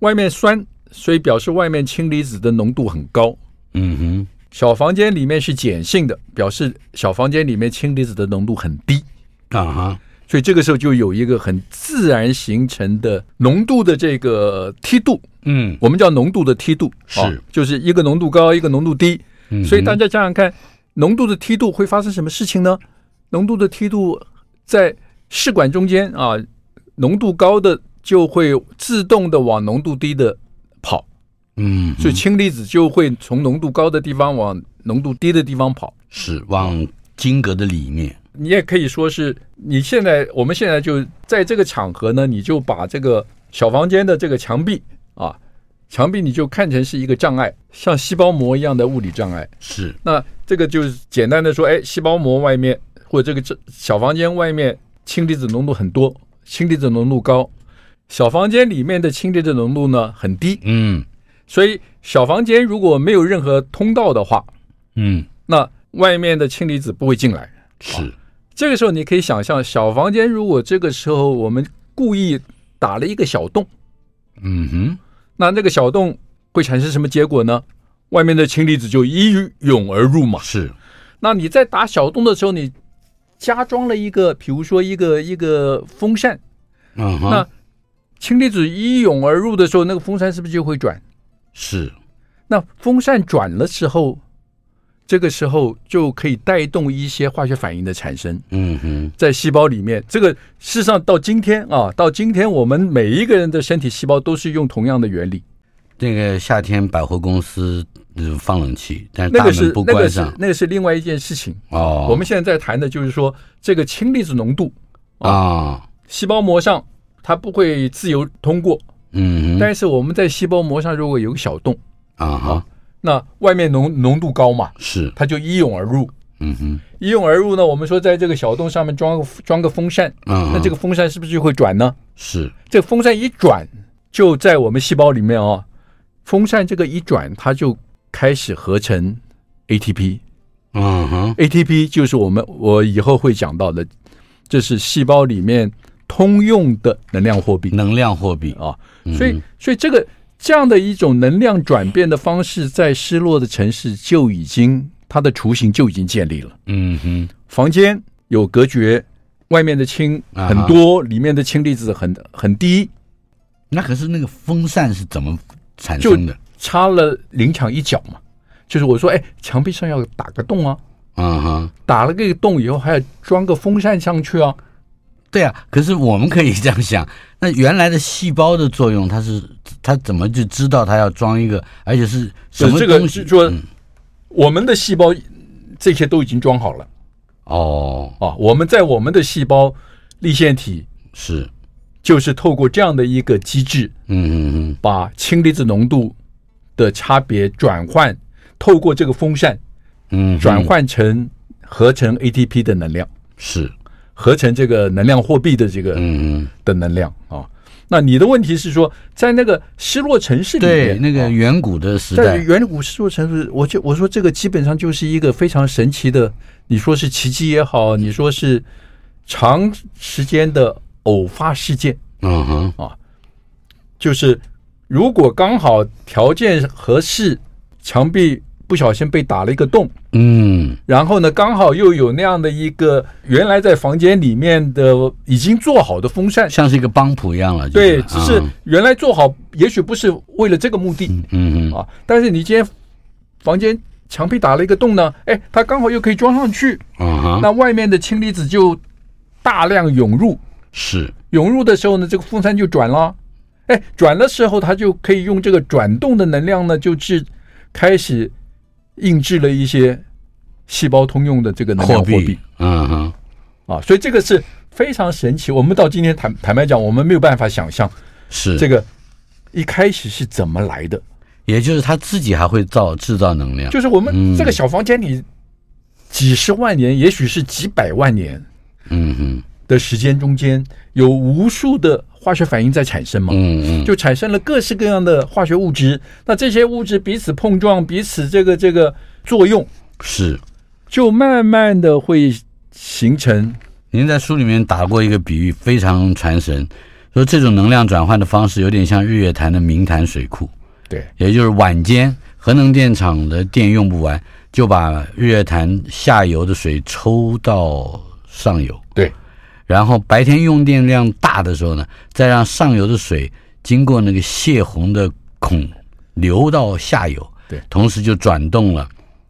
Speaker 3: 外面酸，所以表示外面氢离子的浓度很高。
Speaker 2: 嗯哼，
Speaker 3: 小房间里面是碱性的，表示小房间里面氢离子的浓度很低。
Speaker 2: 啊哈，
Speaker 3: 所以这个时候就有一个很自然形成的浓度的这个梯度，
Speaker 2: 嗯，
Speaker 3: 我们叫浓度的梯度，
Speaker 2: 是
Speaker 3: 啊就是一个浓度高，一个浓度低。
Speaker 2: 嗯哼
Speaker 3: 所以大家想想看，浓度的梯度会发生什么事情呢？浓度的梯度在试管中间啊，浓度高的就会自动的往浓度低的跑，
Speaker 2: 嗯哼，
Speaker 3: 所以氢离子就会从浓度高的地方往浓度低的地方跑。
Speaker 2: 是往金格的里面，
Speaker 3: 你也可以说是你现在，我们现在就在这个场合呢，你就把这个小房间的这个墙壁啊，墙壁你就看成是一个障碍，像细胞膜一样的物理障碍。
Speaker 2: 是，
Speaker 3: 那这个就是简单的说，哎，细胞膜外面或者这个这小房间外面氢离子浓度很多，氢离子浓度高，小房间里面的氢离子浓度呢很低，
Speaker 2: 嗯
Speaker 3: 所以小房间如果没有任何通道的话，
Speaker 2: 嗯，
Speaker 3: 那外面的氢离子不会进来。
Speaker 2: 是，
Speaker 3: 这个时候你可以想象，小房间如果这个时候我们故意打了一个小洞，
Speaker 2: 嗯哼，
Speaker 3: 那那个小洞会产生什么结果呢？外面的氢离子就一涌而入嘛。
Speaker 2: 是，
Speaker 3: 那你在打小洞的时候，你加装了一个，比如说一个一个风扇，
Speaker 2: 嗯
Speaker 3: 那
Speaker 2: 哼，
Speaker 3: 氢离子一涌而入的时候，那个风扇是不是就会转？
Speaker 2: 是，
Speaker 3: 那风扇转了之后，这个时候就可以带动一些化学反应的产生。
Speaker 2: 嗯哼，
Speaker 3: 在细胞里面，这个事实上到今天啊，到今天我们每一个人的身体细胞都是用同样的原理。
Speaker 2: 这个夏天百货公司、呃放冷气，但是
Speaker 3: 那
Speaker 2: 大
Speaker 3: 个是
Speaker 2: 门不
Speaker 3: 那
Speaker 2: 关
Speaker 3: 个是
Speaker 2: 上。
Speaker 3: 那个是另外一件事情。
Speaker 2: 哦，
Speaker 3: 我们现在在谈的就是说这个氢离子浓度，
Speaker 2: 啊、
Speaker 3: 细胞膜上它不会自由通过，
Speaker 2: 嗯哼，
Speaker 3: 但是我们在细胞膜上如果有个小洞，
Speaker 2: 啊哈，
Speaker 3: 那外面浓浓度高嘛，
Speaker 2: 是，
Speaker 3: 它就一涌而入。
Speaker 2: 嗯哼，
Speaker 3: 一涌而入呢，我们说在这个小洞上面装个装个风扇，
Speaker 2: 嗯哼，
Speaker 3: 那这
Speaker 2: 个
Speaker 3: 个风扇是不是就会转呢？
Speaker 2: 是，
Speaker 3: 这个风扇一转，就在我们细胞里面哦，风扇这个一转，它就开始合成 ATP。
Speaker 2: 嗯哼，
Speaker 3: ATP 就是我们我以后会讲到的，这是细胞里面通用的能量货币
Speaker 2: 能量货币，
Speaker 3: 啊。
Speaker 2: 嗯
Speaker 3: 所以，所以这个这样的一种能量转变的方式，在失落的城市就已经它的雏形就已经建立了。
Speaker 2: 嗯哼，
Speaker 3: 房间有隔绝，外面的氢
Speaker 2: 啊哈
Speaker 3: 很多，里面的氢离子很很低，
Speaker 2: 那可是那个风扇是怎么产
Speaker 3: 就
Speaker 2: 生的？
Speaker 3: 差了临场一脚嘛。就是我说，哎，墙壁上要打个洞啊，
Speaker 2: 嗯哼，
Speaker 3: 打了个洞以后还要装个风扇上去啊。
Speaker 2: 对啊，可是我们可以这样想， 那原来的细胞的作用，它是它怎么就知道它要装一个，而且是什么
Speaker 3: 这个
Speaker 2: 东西？嗯
Speaker 3: 是说我们的细胞这些都已经装好了
Speaker 2: 哦，
Speaker 3: 啊，我们在我们的细胞立腺体
Speaker 2: 是，
Speaker 3: 就是透过这样的一个机制，
Speaker 2: 嗯嗯
Speaker 3: 把氢离子浓度的差别转换，透过这个风扇
Speaker 2: 嗯，嗯
Speaker 3: 转换成合成 ATP 的能量，
Speaker 2: 是，
Speaker 3: 合成这个能量货币的这个
Speaker 2: 嗯嗯，
Speaker 3: 的能量啊。那你的问题是说，在那个失落城市里
Speaker 2: 对，
Speaker 3: 面，
Speaker 2: 那个
Speaker 3: 啊
Speaker 2: 远古的时代，
Speaker 3: 在远古失落城市，我就我说这个基本上就是一个非常神奇的，你说是奇迹也好，你说是长时间的偶发事件，
Speaker 2: 嗯哼，
Speaker 3: 就是如果刚好条件合适，墙壁不小心被打了一个洞，
Speaker 2: 嗯
Speaker 3: 然后呢，刚好又有那样的一个原来在房间里面的已经做好的风扇，
Speaker 2: 像是一个帮谱一样了，
Speaker 3: 对，
Speaker 2: 就
Speaker 3: 只是
Speaker 2: 嗯
Speaker 3: 原来做好，也许不是为了这个目的
Speaker 2: 嗯嗯
Speaker 3: 啊，但是你今天房间墙壁打了一个洞呢，哎，它刚好又可以装上去，
Speaker 2: 嗯哼，
Speaker 3: 那外面的氢离子就大量涌入，
Speaker 2: 是，
Speaker 3: 涌入的时候呢，这个风扇就转了，哎，转的时候它就可以用这个转动的能量呢，就制开始印制了一些细胞通用的这个能量
Speaker 2: 货
Speaker 3: 货币
Speaker 2: 币，嗯哼，
Speaker 3: 啊，所以这个是非常神奇。我们到今天坦坦白讲，我们没有办法想象
Speaker 2: 是嗯
Speaker 3: 这，个一开始是怎么来的，
Speaker 2: 也就是它自己还会造制造能量，
Speaker 3: 就是我们
Speaker 2: 嗯
Speaker 3: 这个小房间里几十万年，也许是几百万年
Speaker 2: 嗯哼，
Speaker 3: 的时间中间，有无数的化学反应在产生嘛。
Speaker 2: 嗯嗯，
Speaker 3: 哦就产生了各式各样的化学物质。那这些物质彼此碰撞，彼此这个这个作用，
Speaker 2: 是。
Speaker 3: 就慢慢的会形成。
Speaker 2: 您在书里面打过一个比喻，非常传神，说这种能量转换的方式有点像日月潭的明潭水库，
Speaker 3: 对，
Speaker 2: 也就是晚间核能电厂的电用不完，就把日月潭下游的水抽到上游。
Speaker 3: 对，
Speaker 2: 然后白天用电量大的时候呢，再让上游的水经过那个泄洪的孔流到下游。
Speaker 3: 对
Speaker 2: 同时就转动了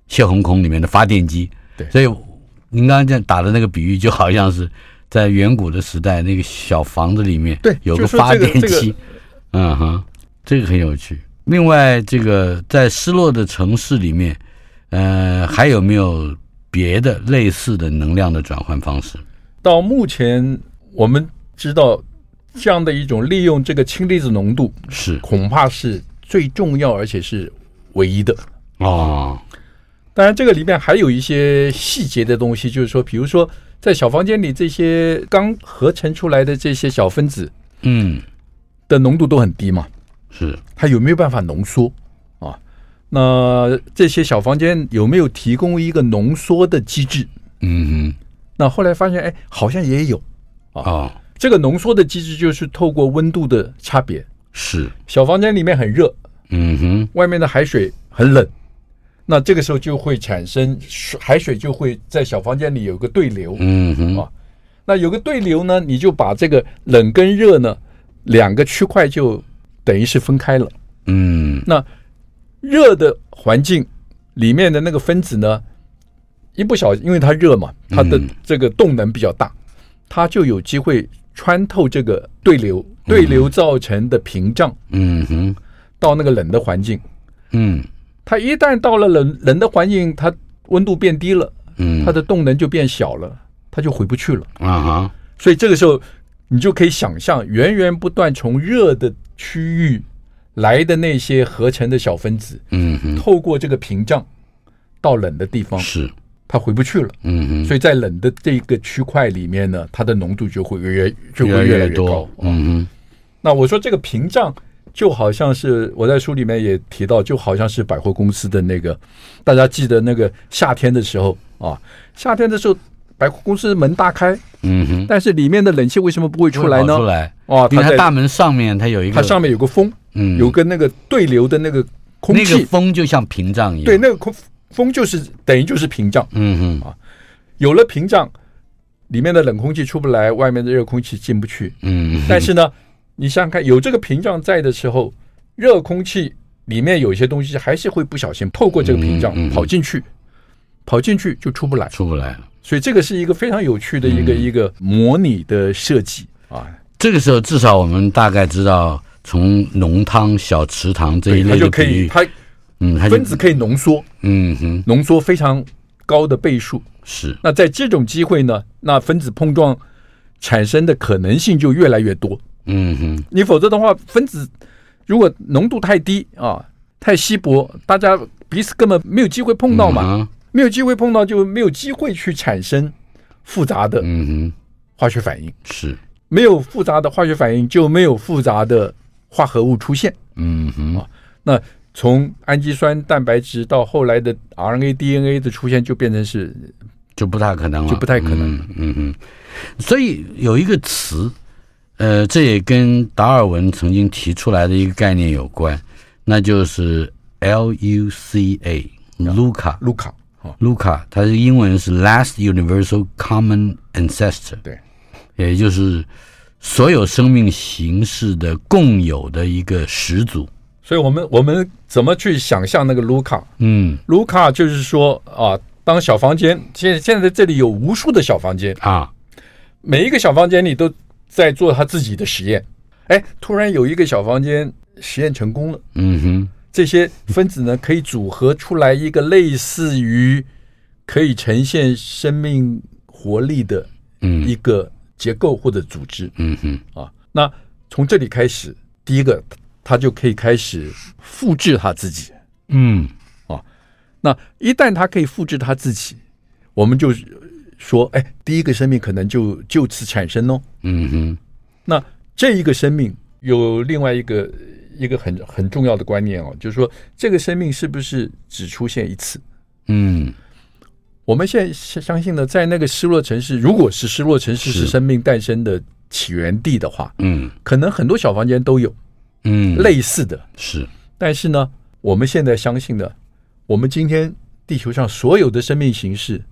Speaker 2: 泄洪孔里面的发电机。
Speaker 3: 对
Speaker 2: 所以您刚刚这样打的那个比喻，就好像是在远古的时代，那个小房子里面
Speaker 3: 对
Speaker 2: 有
Speaker 3: 就
Speaker 2: 个
Speaker 3: 说
Speaker 2: 发
Speaker 3: 这个
Speaker 2: 电机。
Speaker 3: 这个
Speaker 2: 嗯哼，这个很有趣。另外，这个在失落的城市里面，呃，还有没有别的类似的能量的转换方式？
Speaker 3: 到目前我们知道，这样的一种利用这个氢离子浓度，
Speaker 2: 是
Speaker 3: 恐怕是最重要而且是唯一的。
Speaker 2: 哦，
Speaker 3: 当然，这个里面还有一些细节的东西，就是说，比如说，在小房间里这些刚合成出来的这些小分子
Speaker 2: 嗯，
Speaker 3: 的浓度都很低嘛，
Speaker 2: 是
Speaker 3: 它有没有办法浓缩啊？那这些小房间有没有提供一个浓缩的机制？
Speaker 2: 嗯
Speaker 3: 那后来发现，哎，好像也有。
Speaker 2: 哼，哦，
Speaker 3: 这个浓缩的机制就是透过温度的差别，
Speaker 2: 是
Speaker 3: 小房间里面很热，
Speaker 2: 嗯哼，
Speaker 3: 外面的海水很冷，那这个时候就会产生水海水就会在小房间里有个对流。
Speaker 2: 嗯哼
Speaker 3: 哦，那有个对流呢，你就把这个冷跟热呢两个区块就等于是分开了。
Speaker 2: 嗯
Speaker 3: 那热的环境里面的那个分子呢，一不小心，因为它热嘛，它的
Speaker 2: 嗯
Speaker 3: 这个动能比较大，它就有机会穿透这个对流，对流造成的屏障
Speaker 2: 嗯哼，
Speaker 3: 到那个冷的环境。
Speaker 2: 嗯
Speaker 3: 它一旦到了冷冷的环境，它温度变低了，
Speaker 2: 嗯，
Speaker 3: 它的动能就变小了，它就回不去了。
Speaker 2: 啊哈，
Speaker 3: 所以这个时候，你就可以想象，源源不断从热的区域来的那些合成的小分子，
Speaker 2: 嗯哼，
Speaker 3: 透过这个屏障到冷的地方，
Speaker 2: 是，
Speaker 3: 它回不去了。
Speaker 2: 嗯哼，
Speaker 3: 所以在冷的这个区块里面呢，它的浓度就会越就会
Speaker 2: 越来
Speaker 3: 越来越高
Speaker 2: 多。，嗯
Speaker 3: 那我说这个屏障就好像是我在书里面也提到，就好像是百货公司的那个，大家记得那个夏天的时候啊，夏天的时候百货公司门大开，
Speaker 2: 哼，嗯哼，
Speaker 3: 但是里面的冷气为什么不会出来呢
Speaker 2: 跑出？来，
Speaker 3: 哦，
Speaker 2: 因为
Speaker 3: 它
Speaker 2: 它
Speaker 3: 在
Speaker 2: 大门上面它有一个，
Speaker 3: 它上面有个风，
Speaker 2: 嗯
Speaker 3: 有个那个对流的那个空
Speaker 2: 那个
Speaker 3: 气，
Speaker 2: 风就像屏障一样，
Speaker 3: 对，那个啊空风就是等于就是屏障，
Speaker 2: 嗯哼，
Speaker 3: 有了屏障，里面的冷空气出不来，外面的热空气进不去，
Speaker 2: 嗯哼，
Speaker 3: 但是呢，你想想看，有这个屏障在的时候，热空气里面有一些东西还是会不小心透过这个屏障
Speaker 2: 嗯嗯嗯
Speaker 3: 跑进去，跑进去就出不来。
Speaker 2: 出不来了。
Speaker 3: 所以这个是一个非常有趣的
Speaker 2: 嗯
Speaker 3: 一个一个模拟的设计啊，
Speaker 2: 这个时候至少我们大概知道，从浓汤、小池塘这一
Speaker 3: 它
Speaker 2: 类
Speaker 3: 就
Speaker 2: 的
Speaker 3: 可
Speaker 2: 比
Speaker 3: 以
Speaker 2: 喻，
Speaker 3: 它
Speaker 2: 嗯，它就
Speaker 3: 分子可以浓缩，
Speaker 2: 嗯哼，
Speaker 3: 浓缩非常高的倍数。
Speaker 2: 是，
Speaker 3: 那在这种机会呢，那分子碰撞产生的可能性就越来越多。
Speaker 2: 嗯哼，
Speaker 3: 你否则的话，分子如果浓度太低啊，太稀薄，大家彼此根本没有机会碰到嘛，
Speaker 2: 嗯哼
Speaker 3: 没有机会碰到就没有机会去产生复杂的
Speaker 2: 嗯哼，
Speaker 3: 化学反应，
Speaker 2: 是，
Speaker 3: 没有复杂的化学反应就没有复杂的化合物出现。
Speaker 2: 嗯哼，
Speaker 3: 那从氨基酸、蛋白质到后来的 RNA、DNA 的出现，就变成是
Speaker 2: 就不大可能了，
Speaker 3: 就不太可能
Speaker 2: 嗯嗯哼，所以有一个词，呃，这也跟达尔文曾经提出来的一个概念有关，那就是 LUCA。Luca
Speaker 3: 卢卡。啊，
Speaker 2: Luca，它的英文是 Last Universal Common Ancestor，
Speaker 3: 对，
Speaker 2: 也就是所有生命形式的共有的一个始祖。
Speaker 3: 所以我们我们怎么去想象那个卢卡？
Speaker 2: 嗯
Speaker 3: 卢卡就是说啊，当小房间，现现在这里有无数的小房间，
Speaker 2: 啊，
Speaker 3: 每一个小房间里都在做他自己的实验。哎，突然有一个小房间实验成功了，
Speaker 2: 嗯哼，
Speaker 3: 这些分子呢可以组合出来一个类似于可以呈现生命活力的
Speaker 2: 嗯
Speaker 3: 一个结构或者组织
Speaker 2: 嗯哼，
Speaker 3: 啊。那从这里开始，第一个它就可以开始复制它自己。
Speaker 2: 嗯
Speaker 3: 那一旦它可以复制它自己，我们就说，哎，第一个生命可能就就此产生哦。
Speaker 2: 嗯哼，
Speaker 3: 那这一个生命有另外一个一个很很重要的观念哦，就是说这个生命是不是只出现一次？
Speaker 2: 嗯
Speaker 3: 我们现在相信呢，在那个失落城市，如果是失落城市
Speaker 2: 是
Speaker 3: 是生命诞生的起源地的话，
Speaker 2: 嗯
Speaker 3: 可能很多小房间都有
Speaker 2: 嗯，
Speaker 3: 类似的。
Speaker 2: 是，
Speaker 3: 但是呢，我们现在相信的，我们今天地球上所有的生命形式，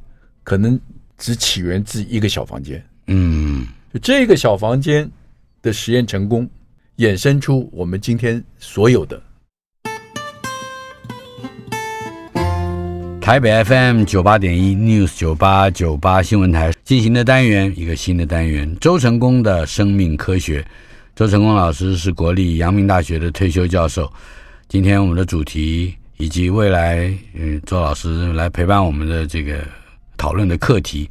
Speaker 3: 可能只起源自一个小房间。
Speaker 2: 嗯
Speaker 3: 就这个小房间的实验成功，衍生出我们今天所有的。
Speaker 2: 台北 FM 九八点一 News 九八九八新闻台进行的单元，一个新的单元，周成功的生命科学。周成功老师是国立阳明大学的退休教授。今天我们的主题以及未来，嗯，周老师来陪伴我们的这个讨论的课题，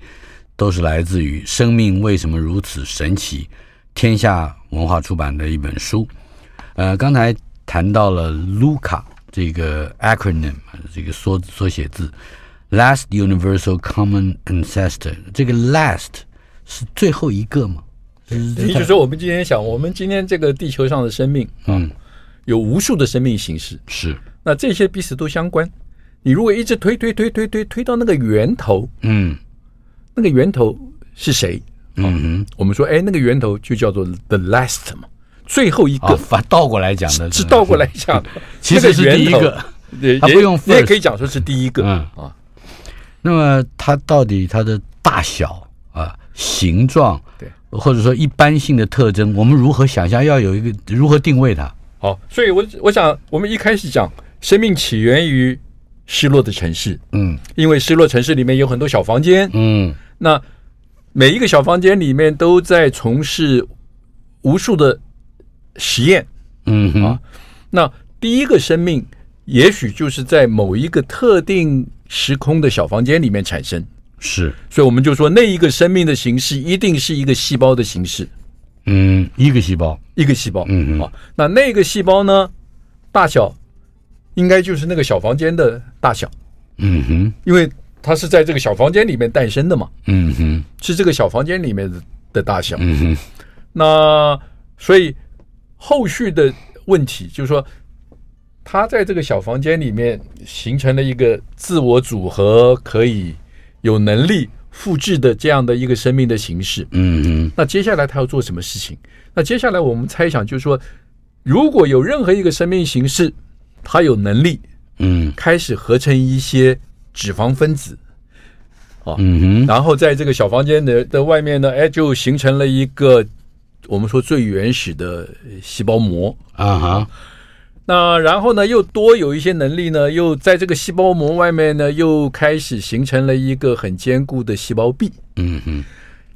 Speaker 2: 都是来自于《生命为什么如此神奇》，天下文化出版的一本书。呃，刚才谈到了 LUCA 这个 acronym，这个缩缩写字，Last Universal Common Ancestor。这个 last 是最后一个吗？是
Speaker 3: 也就是说，我们今天想，我们今天这个地球上的生命
Speaker 2: 嗯，
Speaker 3: 有无数的生命形式，
Speaker 2: 是，
Speaker 3: 那这些彼此都相关。你如果一直推推推推推推到那个源头，
Speaker 2: 嗯
Speaker 3: 那个源头是谁？
Speaker 2: 嗯
Speaker 3: 我们说，哎，那个源头就叫做 the last 嘛，最后一
Speaker 2: 哼，啊，
Speaker 3: 个。
Speaker 2: 反倒过来讲的，
Speaker 3: 是倒过来讲，
Speaker 2: 其实是
Speaker 3: 那
Speaker 2: 第一
Speaker 3: 源头
Speaker 2: 个。
Speaker 3: 也
Speaker 2: 它不
Speaker 3: 也
Speaker 2: 用
Speaker 3: 你也
Speaker 2: first
Speaker 3: 可以讲说是第一个
Speaker 2: 嗯
Speaker 3: 啊，
Speaker 2: 那么它到底它的大小啊、形状，
Speaker 3: 对，
Speaker 2: 或者说一般性的特征，我们如何想象要有一个如何定位它？
Speaker 3: 好，所以我我想我们一开始讲生命起源于失落的城市，
Speaker 2: 嗯
Speaker 3: 因为失落城市里面有很多小房间，
Speaker 2: 嗯
Speaker 3: 那每一个小房间里面都在从事无数的实验。
Speaker 2: 嗯哼
Speaker 3: 啊那第一个生命，也许就是在某一个特定时空的小房间里面产生，
Speaker 2: 是，
Speaker 3: 所以我们就说那一个生命的形式一定是一个细胞的形式，
Speaker 2: 嗯，一个细胞，
Speaker 3: 一个细胞。
Speaker 2: 嗯哼
Speaker 3: 啊，那那个细胞呢，大小应该就是那个小房间的大小，
Speaker 2: 嗯哼，
Speaker 3: 因为它是在这个小房间里面诞生的嘛，
Speaker 2: 嗯哼，
Speaker 3: 是这个小房间里面的的大小。
Speaker 2: 嗯哼，
Speaker 3: 那所以后续的问题就是说，他在这个小房间里面形成了一个自我组合，可以有能力复制的这样的一个生命的形式。
Speaker 2: 嗯哼，
Speaker 3: 那接下来他要做什么事情？那接下来我们猜想就是说，如果有任何一个生命形式，它有能力
Speaker 2: 嗯
Speaker 3: 开始合成一些脂肪分子，
Speaker 2: 嗯哼，
Speaker 3: 然后在这个小房间的的外面呢，哎，就形成了一个我们说最原始的细胞膜。
Speaker 2: 啊哈，
Speaker 3: 那然后呢，又多有一些能力呢，又在这个细胞膜外面呢，又开始形成了一个很坚固的细胞壁。
Speaker 2: 嗯哼，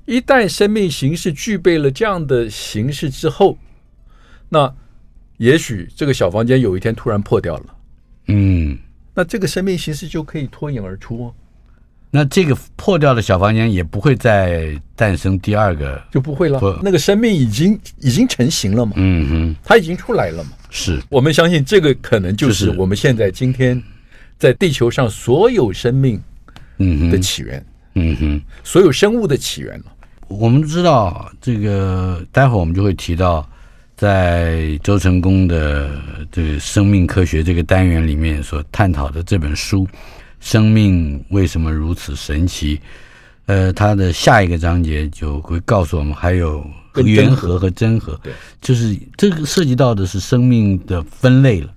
Speaker 3: 一旦生命形式具备了这样的形式之后，那也许这个小房间有一天突然破掉了，
Speaker 2: 嗯，
Speaker 3: 那这个生命形式就可以脱颖而出哦，
Speaker 2: 那这个破掉的小房间也不会再诞生第二个，
Speaker 3: 就不会了
Speaker 2: 不。
Speaker 3: 那个生命已经已经成型了嘛，
Speaker 2: 嗯
Speaker 3: 它已经出来了嘛。
Speaker 2: 哼，是，
Speaker 3: 我们相信这个可能就
Speaker 2: 就是是
Speaker 3: 我们现在今天在地球上所有生命
Speaker 2: 嗯
Speaker 3: 的
Speaker 2: 哼，
Speaker 3: 起源，
Speaker 2: 嗯哼。
Speaker 3: 所有生物的起源了。
Speaker 2: 我们知道这个，待会儿我们就会提到，在周成功的这个生命科学这个单元里面所探讨的这本书《生命为什么如此神奇》。呃，它的下一个章节就会告诉我们，还有
Speaker 3: 跟
Speaker 2: 原
Speaker 3: 真
Speaker 2: 核和真核
Speaker 3: 对，
Speaker 2: 就是这个涉及到的是生命的分类了。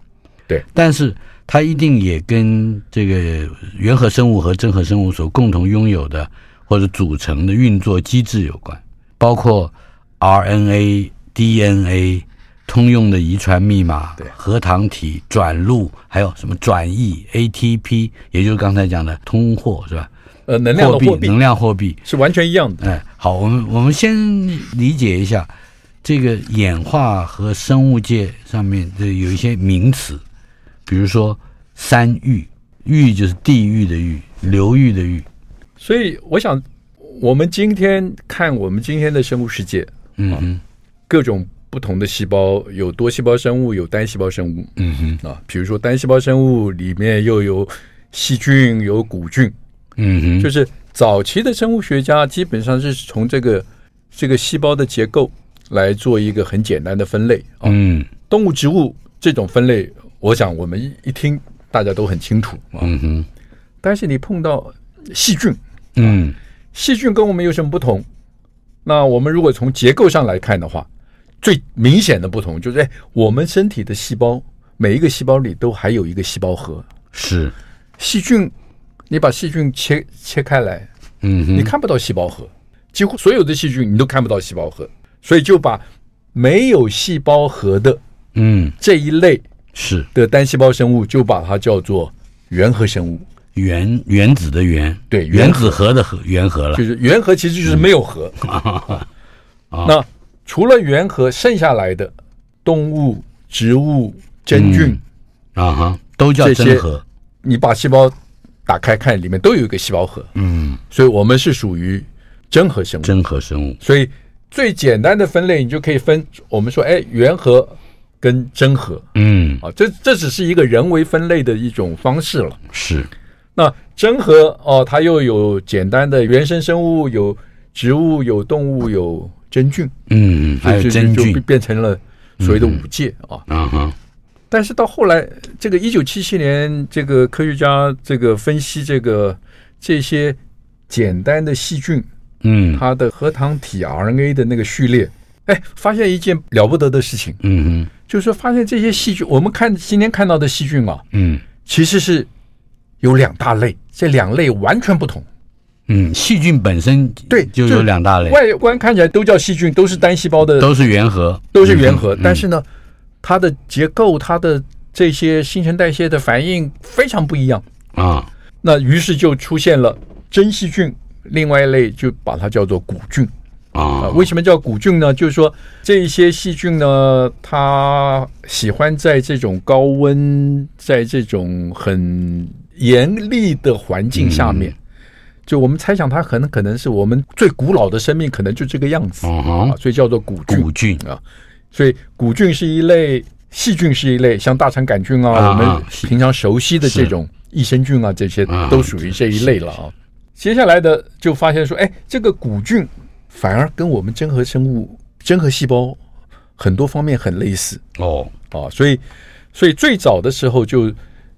Speaker 3: 对，
Speaker 2: 但是它一定也跟这个原核生物和真核生物所共同拥有的或者组成的运作机制有关，包括 RNA、DNA、通用的遗传密码、
Speaker 3: 对
Speaker 2: 核糖体、转录，还有什么转译 ATP，也就是刚才讲的通货是吧？
Speaker 3: 呃，能量的货币
Speaker 2: 能量货币。
Speaker 3: 是完全一样的。
Speaker 2: 哎，好，我们我们先理解一下这个演化和生物界上面的有一些名词，比如说三域，域就是地域的域，流域的域，
Speaker 3: 所以我想，我们今天看我们今天的生物世界，啊
Speaker 2: 嗯哼，
Speaker 3: 各种不同的细胞，有多细胞生物，有单细胞生物。
Speaker 2: 嗯哼，
Speaker 3: 啊，比如说单细胞生物里面又有细菌，有古菌，
Speaker 2: 嗯哼，
Speaker 3: 就是是早期的生物学家基本上是从这个这个细胞的结构来做一个很简单的分类啊。
Speaker 2: 嗯
Speaker 3: 动物、植物这种分类，我想我们一一听大家都很清楚啊。
Speaker 2: 嗯哼，
Speaker 3: 但是你碰到细菌，
Speaker 2: 嗯
Speaker 3: 细菌跟我们有什么不同？那我们如果从结构上来看的话，最明显的不同就是，哎，我们身体的细胞每一个细胞里都还有一个细胞核。
Speaker 2: 是，
Speaker 3: 细菌，你把细菌切切开来，
Speaker 2: 嗯
Speaker 3: 你
Speaker 2: 哼，
Speaker 3: 看不到细胞核，几乎所有的细菌你都看不到细胞核，所以就把没有细胞核的
Speaker 2: 嗯
Speaker 3: 这一类
Speaker 2: 是
Speaker 3: 的单细胞生物，就把它叫做原核生物。
Speaker 2: 原原子的原，
Speaker 3: 对原
Speaker 2: 原子核的核原核了
Speaker 3: 就，是原核其实就是没 有核。那除了原核，剩下来的动物、植物、真菌，
Speaker 2: 啊哈，都叫
Speaker 3: 这些
Speaker 2: 真核，
Speaker 3: 你把细胞打开看，里面都有一个细胞核，
Speaker 2: 嗯，
Speaker 3: 所以我们是属于真核生物。
Speaker 2: 真核生物，
Speaker 3: 所以最简单的分类，你就可以分我们说，哎，原核跟真核
Speaker 2: 嗯
Speaker 3: 啊，这这只是一个人为分类的一种方式了。
Speaker 2: 是，
Speaker 3: 那真核哦，它又有简单的原生生物，有植物，有动物，有真菌，
Speaker 2: 嗯还有
Speaker 3: 就就
Speaker 2: 真
Speaker 3: 就
Speaker 2: 菌，
Speaker 3: 变成了所谓的五界啊。
Speaker 2: 啊哈，
Speaker 3: 但是到后来，这个一九七七年，这个科学家这个分析这个这些简单的细菌，
Speaker 2: 嗯。
Speaker 3: 它的核糖体 RNA 的那个序列，哎，发现一件了不得的事情，
Speaker 2: 嗯哼，
Speaker 3: 就是说发现这些细菌，我们看今天看到的细菌啊，
Speaker 2: 嗯
Speaker 3: 其实是有两大类，这两类完全不同。
Speaker 2: 嗯，细菌本身
Speaker 3: 对
Speaker 2: 就
Speaker 3: 就
Speaker 2: 有两大类，
Speaker 3: 外观看起来都叫细菌，都是单细胞的，
Speaker 2: 都是原核，
Speaker 3: 都是原核，
Speaker 2: 嗯
Speaker 3: 但是呢，它的结构、它的这些新陈代谢的反应非常不一样。
Speaker 2: 啊，
Speaker 3: 那于是就出现了真细菌，另外一类就把它叫做古菌啊、
Speaker 2: 啊，
Speaker 3: 为什么叫古菌呢？就是说这一些细菌呢，它喜欢在这种高温、在这种很严厉的环境下面。
Speaker 2: 嗯
Speaker 3: 就我们猜想，它很可能是我们最古老的生命，可能就这个样子、
Speaker 2: 嗯
Speaker 3: 啊
Speaker 2: 哼，，
Speaker 3: 所以叫做古菌。
Speaker 2: 古菌
Speaker 3: 啊，所以古菌是一类，细菌是一类，像大肠杆菌啊，
Speaker 2: 啊
Speaker 3: 我们
Speaker 2: 啊是
Speaker 3: 平常熟悉的这种益生菌啊，这些
Speaker 2: 啊
Speaker 3: 都属于这一类了啊。接下来的就发现说，哎，这个古菌反而跟我们真核生物、真核细胞很多方面很类似
Speaker 2: 哦，
Speaker 3: 啊，所以，所以最早的时候就。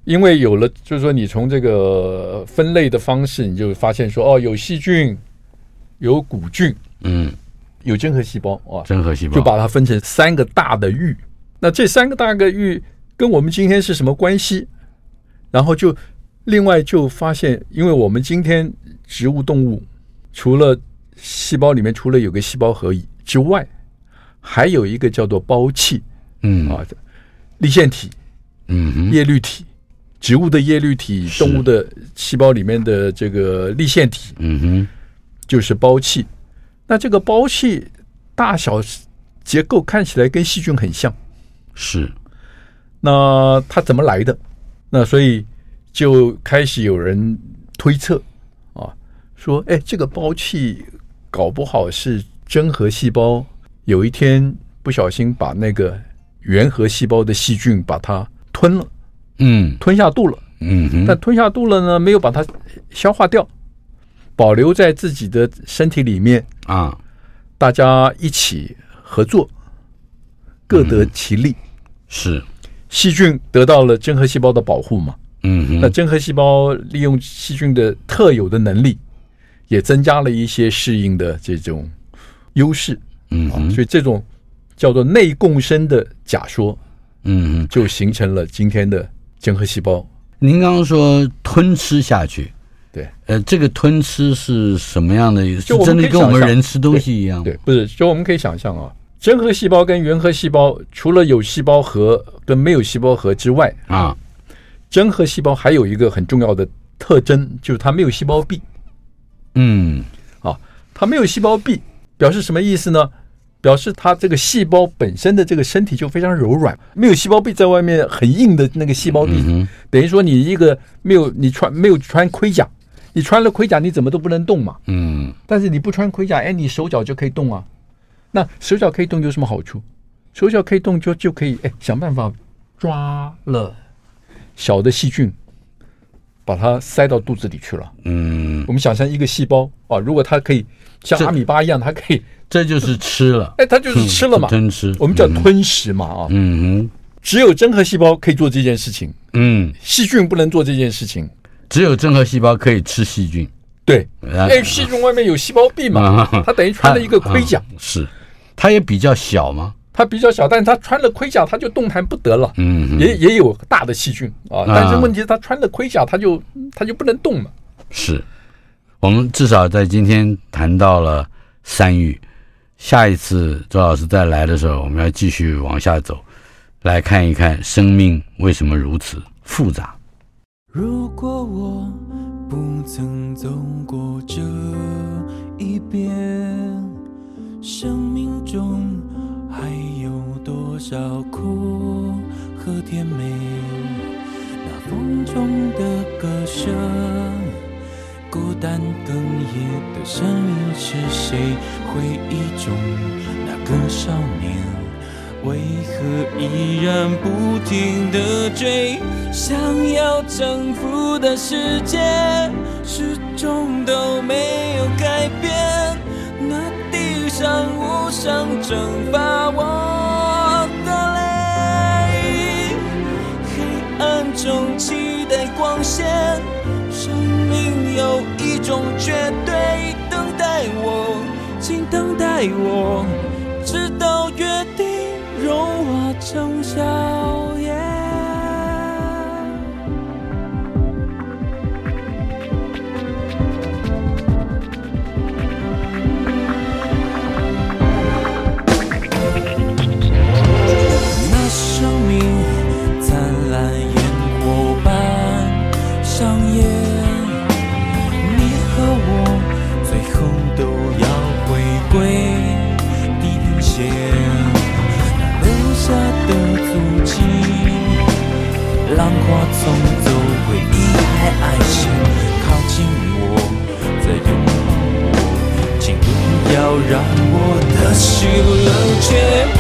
Speaker 3: 因为有了，就是说你从这个呃分类的方式，你就发现说，哦，有细菌，有古菌，
Speaker 2: 嗯，
Speaker 3: 有真核细胞啊，
Speaker 2: 真核细胞
Speaker 3: 就把它分成三个大的域。那这三个大个域跟我们今天是什么关系？然后就另外就发现，因为我们今天植物动物除了细胞里面除了有个细胞核之外，还有一个叫做胞器
Speaker 2: 嗯
Speaker 3: 啊，立腺体、
Speaker 2: 嗯哼
Speaker 3: 叶绿体。植物的叶绿体，
Speaker 2: 是
Speaker 3: 动物的细胞里面的这个立腺体
Speaker 2: 嗯哼
Speaker 3: 就是胞器。那这个胞器大小结构看起来跟细菌很像，
Speaker 2: 是
Speaker 3: 那它怎么来的？那所以就开始有人推测啊，说，哎，这个胞器搞不好是真核细胞有一天不小心把那个原核细胞的细菌把它吞了，
Speaker 2: 嗯
Speaker 3: 吞下肚了。
Speaker 2: 嗯哼
Speaker 3: 但吞下肚了呢，没有把它消化掉，保留在自己的身体里面，
Speaker 2: 啊
Speaker 3: 大家一起合作，各得其利。
Speaker 2: 是
Speaker 3: 细菌得到了真核细胞的保护嘛？
Speaker 2: 嗯
Speaker 3: 那
Speaker 2: 哼
Speaker 3: 真核细胞利用细菌的特有的能力，也增加了一些适应的这种优势
Speaker 2: 嗯
Speaker 3: 啊。
Speaker 2: 哼
Speaker 3: 所以这种叫做内共生的假说，
Speaker 2: 嗯哼。
Speaker 3: 就形成了今天的真核细胞。
Speaker 2: 您刚刚说吞吃下去，
Speaker 3: 对，
Speaker 2: 呃，这个吞吃是什么样的？是
Speaker 3: 就我们
Speaker 2: 真
Speaker 3: 可
Speaker 2: 的
Speaker 3: 以
Speaker 2: 跟我们
Speaker 3: 想象
Speaker 2: 人吃东西一样？
Speaker 3: 对，不是，就我们可以想象啊，真核细胞跟原核细胞除了有细胞核跟没有细胞核之外，
Speaker 2: 啊，
Speaker 3: 真核细胞还有一个很重要的特征，就是它没有细胞壁。
Speaker 2: 嗯
Speaker 3: 啊，它没有细胞壁，表示什么意思呢？表示它这个细胞本身的这个身体就非常柔软，没有细胞壁在外面很硬的那个细胞壁，等于说你一个没有你穿没有穿盔甲，你穿了盔甲你怎么都不能动嘛。
Speaker 2: 嗯
Speaker 3: 但是你不穿盔甲，哎，你手脚就可以动啊。那手脚可以动有什么好处？手脚可以动就就可以哎想办法抓了小的细菌，把它塞到肚子里去了。
Speaker 2: 嗯，
Speaker 3: 我们想象一个细胞啊，如果它可以像
Speaker 2: 这
Speaker 3: 阿米巴一样，它可以，
Speaker 2: 这就是吃了，嗯
Speaker 3: 哎，它就是吃了嘛，
Speaker 2: 吞吃，
Speaker 3: 我们叫吞食嘛啊。
Speaker 2: 嗯哼
Speaker 3: 只有真核细胞可以做这件事情，
Speaker 2: 嗯，
Speaker 3: 细菌不能做这件事情。
Speaker 2: 只有真核细胞可以吃细菌，
Speaker 3: 对，
Speaker 2: 啊
Speaker 3: 哎，细菌外面有细胞壁嘛
Speaker 2: 啊，
Speaker 3: 它等于穿了一个盔甲
Speaker 2: 啊，是，它也比较小嘛，
Speaker 3: 它比较小，但是它穿了盔甲，它就动弹不得了。
Speaker 2: 嗯哼
Speaker 3: 也也有大的细菌啊，但是问题是它穿了盔甲，它就它就不能动了。
Speaker 2: 是我们至少在今天谈到了三育，下一次周老师再来的时候，我们要继续往下走，来看一看生命为什么如此复杂。
Speaker 4: 如果我不曾走过这一遍，生命中还有多少苦和甜美？那风中的歌声，孤单哽咽的声音是谁？回忆中那个少年。为何依然不停地追？想要征服的世界，始终都没有改变。那地上无声蒸发我的泪，黑暗中期待光线，生命有一种绝对，等待我，请等待我。直到约定融化成笑颜。那生命灿烂浪花冲走回忆和爱情，靠近我，再拥抱我，请不要让我的喜怒冷却。